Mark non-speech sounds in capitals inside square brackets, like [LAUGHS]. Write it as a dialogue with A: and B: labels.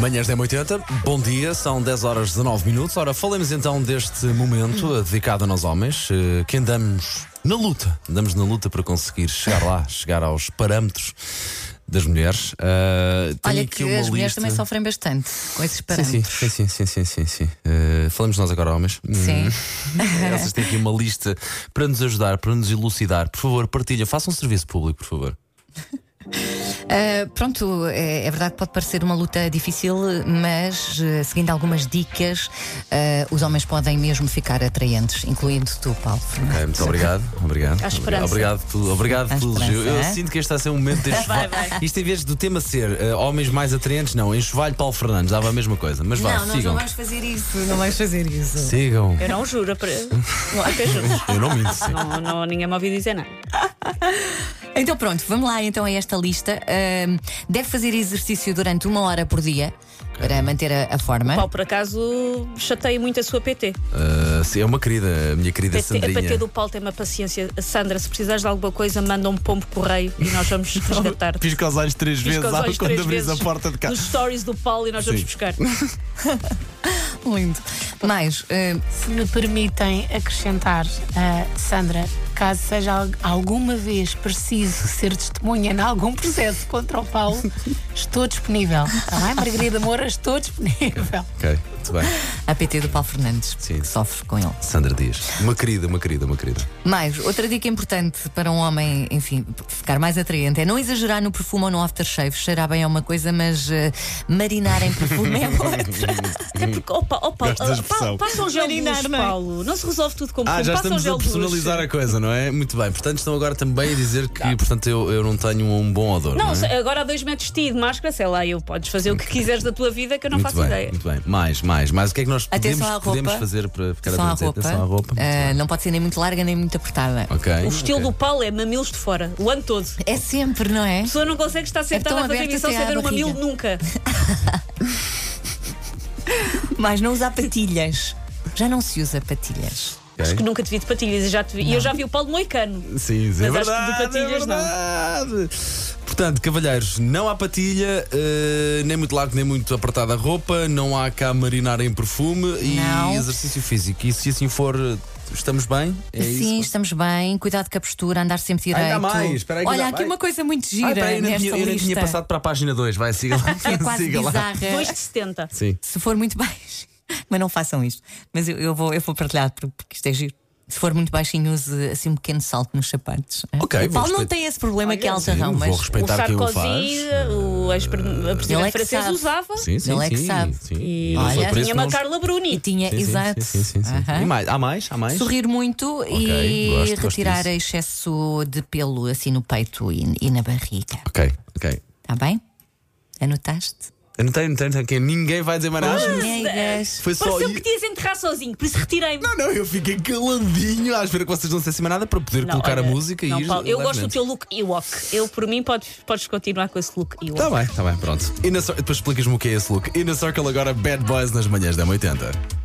A: Manhãs 1080, bom dia, são 10 horas 19 minutos. Ora, falemos então deste momento eh, dedicado a nós homens, eh, que andamos na luta, andamos na luta para conseguir chegar lá,
B: [LAUGHS]
A: chegar aos parâmetros das mulheres. Ah, tenho
B: Olha
A: aqui
B: que
A: uma
B: as mulheres
A: lista-
B: também sofrem bastante com esses
A: Sim,
B: parâmetros.
A: sim, sim, sim, sim, sim, sim, sim. Eh, falamos nós agora, homens.
B: Sim.
A: Vocês têm aqui uma lista para nos ajudar, para nos elucidar. Por favor, partilha, faça um serviço público, por favor.
B: Ah, pronto, é, é verdade que pode parecer uma luta difícil, mas eh, seguindo algumas dicas, ah, os homens podem mesmo ficar atraentes, incluindo tu, Paulo.
A: Ok, Ah, muito obrigado. Obrigado.
C: Há esperança.
A: Obrigado pelo, obrigado
B: Há
A: pelo elogio. Eu
B: esperança, é?
A: sinto que este está a ser um momento de enxoval. Isto em vez do tema ser eh, homens mais atraentes, não, enxovalho Paulo Fernandes, dava a mesma coisa. Mas vá, sigam.
B: fazer isso, não vais fazer isso.
A: Sigam.
C: Eu não juro, apre-
A: [LAUGHS]
C: não, até juro.
A: Eu não minto, sim.
C: Não, não, ninguém me ouviu dizer nada.
B: Então pronto, vamos lá então a esta lista. Ah, deve fazer exercício durante uma hora por dia para manter a, a forma.
C: Paulo, por acaso, chateia muito a sua PT.
A: Ah, sim, é uma querida, a minha querida
C: PT a PT
A: Sandrinha.
C: é do Paulo tem uma paciência. Sandra, se precisares de alguma coisa, manda um pombo correio e
A: [LAUGHS]
C: nós vamos resgatar.
A: Pisca os olhos três
C: Pisca os
A: ah,
C: olhos três vezes Nos stories do Paulo e nós vamos
A: Sim.
C: buscar.
B: Lindo. Mais, ah,
D: Se me permitem acrescentar, ah, Sandra, caso seja al- alguma vez preciso ser testemunha em algum processo contra o Paulo, estou disponível. Está bem, Margarida Moura? Estou disponível.
A: Ok, muito bem.
B: a PT do Paulo Fernandes,
A: Sim.
B: que sofre com ele.
A: Sandra Dias. Uma querida, uma querida, uma querida.
B: Mais, outra dica importante para um homem, enfim, ficar mais atraente é não exagerar no perfume ou no aftershave. Cheirar bem é uma coisa, mas eh, marinar em
A: [LAUGHS]
B: perfume é outra.
C: Até porque, opa, opa,
A: Hum. Gosto da expressão.
C: passa um gel de luz, Paulo. Não se resolve tudo com
A: Ah,
C: perfume.
A: já
C: Passa um
A: estamos
C: gel
A: a
C: de luz.
A: personalizar a coisa, não é? Muito bem, portanto estão agora também a dizer que portanto, eu, eu não tenho um bom odor. Não,
C: Tá. Não,
A: é?
C: se- agora há dois metros de ti de máscara, sei lá, eu podes fazer o que quiseres da tua vida que eu não
A: muito
C: faço
A: bem,
C: ideia.
A: Muito bem, mais, mais, mais. O que é que nós podemos,
B: Atenção à roupa.
A: podemos fazer para ficar
B: Só a
A: atentos?
B: roupa.
A: Atenção à roupa. Muito
B: Eh,
A: bem.
B: não pode ser nem muito larga nem muito apertada.
A: Ok.
C: O estilo
A: ok.
C: do Paulo é mamilos de fora, o ano todo. A
B: É sempre,
A: [LAUGHS]
B: não é?
C: pessoa não consegue estar sentada
B: tão
C: a fazer
B: aberto
C: emissão
B: até
C: sem
B: Então à
C: ver um
B: barriga.
C: mamilo nunca.
B: Mas não usar patilhas. Já não se usa patilhas.
A: Ok.
C: Acho que nunca te vi de patilhas e já te vi. E eu já vi o Paulo de Moicano.
A: Sim, sim, é
C: Mas acho que de
A: verdade, é
C: patilhas não.
A: verdade. Portanto, cavalheiros, não há patilha, eh, nem muito largo, nem muito apertada a roupa, não há cá marinar em perfume
B: Não.
A: e exercício físico. E se assim for, eh, estamos bem? É
B: Sim,
A: isso?
B: estamos bem. Cuidado com a postura, andar sempre direito.
A: Ainda mais, espera aí que
B: Olha, há
A: ainda
B: aqui
A: mais.
B: uma coisa muito gira
A: Ai, Ah, peraí, eu não
B: nesta
A: tinha, eu nem
B: lista.
A: tinha passado para a página 2, vai, [LAUGHS] siga lá.
B: que é quase
A: siga lá.
B: bizarra.
C: 2 de 70.
A: Sim.
B: se for muito baixo, [LAUGHS] mas não façam isto. Mas eu, eu vou, eu vou partilhar porque porque isto é giro. Se for muito baixinho, use assim um pequeno salto nos sapatos.
A: Ok,
B: O
A: vou
B: Paulo não
A: respeitar.
B: tem esse problema que é
A: Sim,
B: altarrão,
A: vou
B: mas
C: O
A: respeitar quem o faz.
C: Sarkozy, o
B: Ele é
C: ex-presidente
B: que
C: francês
B: sabe.
C: usava.
A: Sim, sim,
B: Ele é que
A: sim,
B: sabe.
A: sim.
C: E
A: não sou
B: Olha,
A: por isso
C: tinha
A: que
C: uma
A: não-
C: Carla
B: e
C: Bruni.
B: tinha,
A: Sim, sim,
B: exato.
A: sim, sim, sim.
B: Aham.
A: E mais, há mais, há mais.
B: Sorrir muito e
A: gosto, gosto
B: retirar
A: disso.
B: excesso de pelo assim no peito e, e na barriga.
A: Ok, ok.
B: Está bem? Anotaste?
A: Eu não tenho, não tenho, não tenho. Ninguém vai dizer mais nada.
B: Negas.
A: Foi só.
C: Pareceu que te ias enterrar sozinho, por isso retirei-me.
A: Não, não, eu fiquei caladinho à espera que vocês não dissessem mais nada para poder
C: Não,
A: é colocar
C: olha,
A: a música
C: não,
A: e ir.
C: Paulo, eu gosto do
A: levemente.
C: teu look Ewok. Eu, por mim, podes, podes continuar com esse look Ewok.
A: Tá bem, tá bem, pronto. E na Cir- Depois explicas-me o que é esse look. E na Circle agora Bad Boys nas manhãs da 80.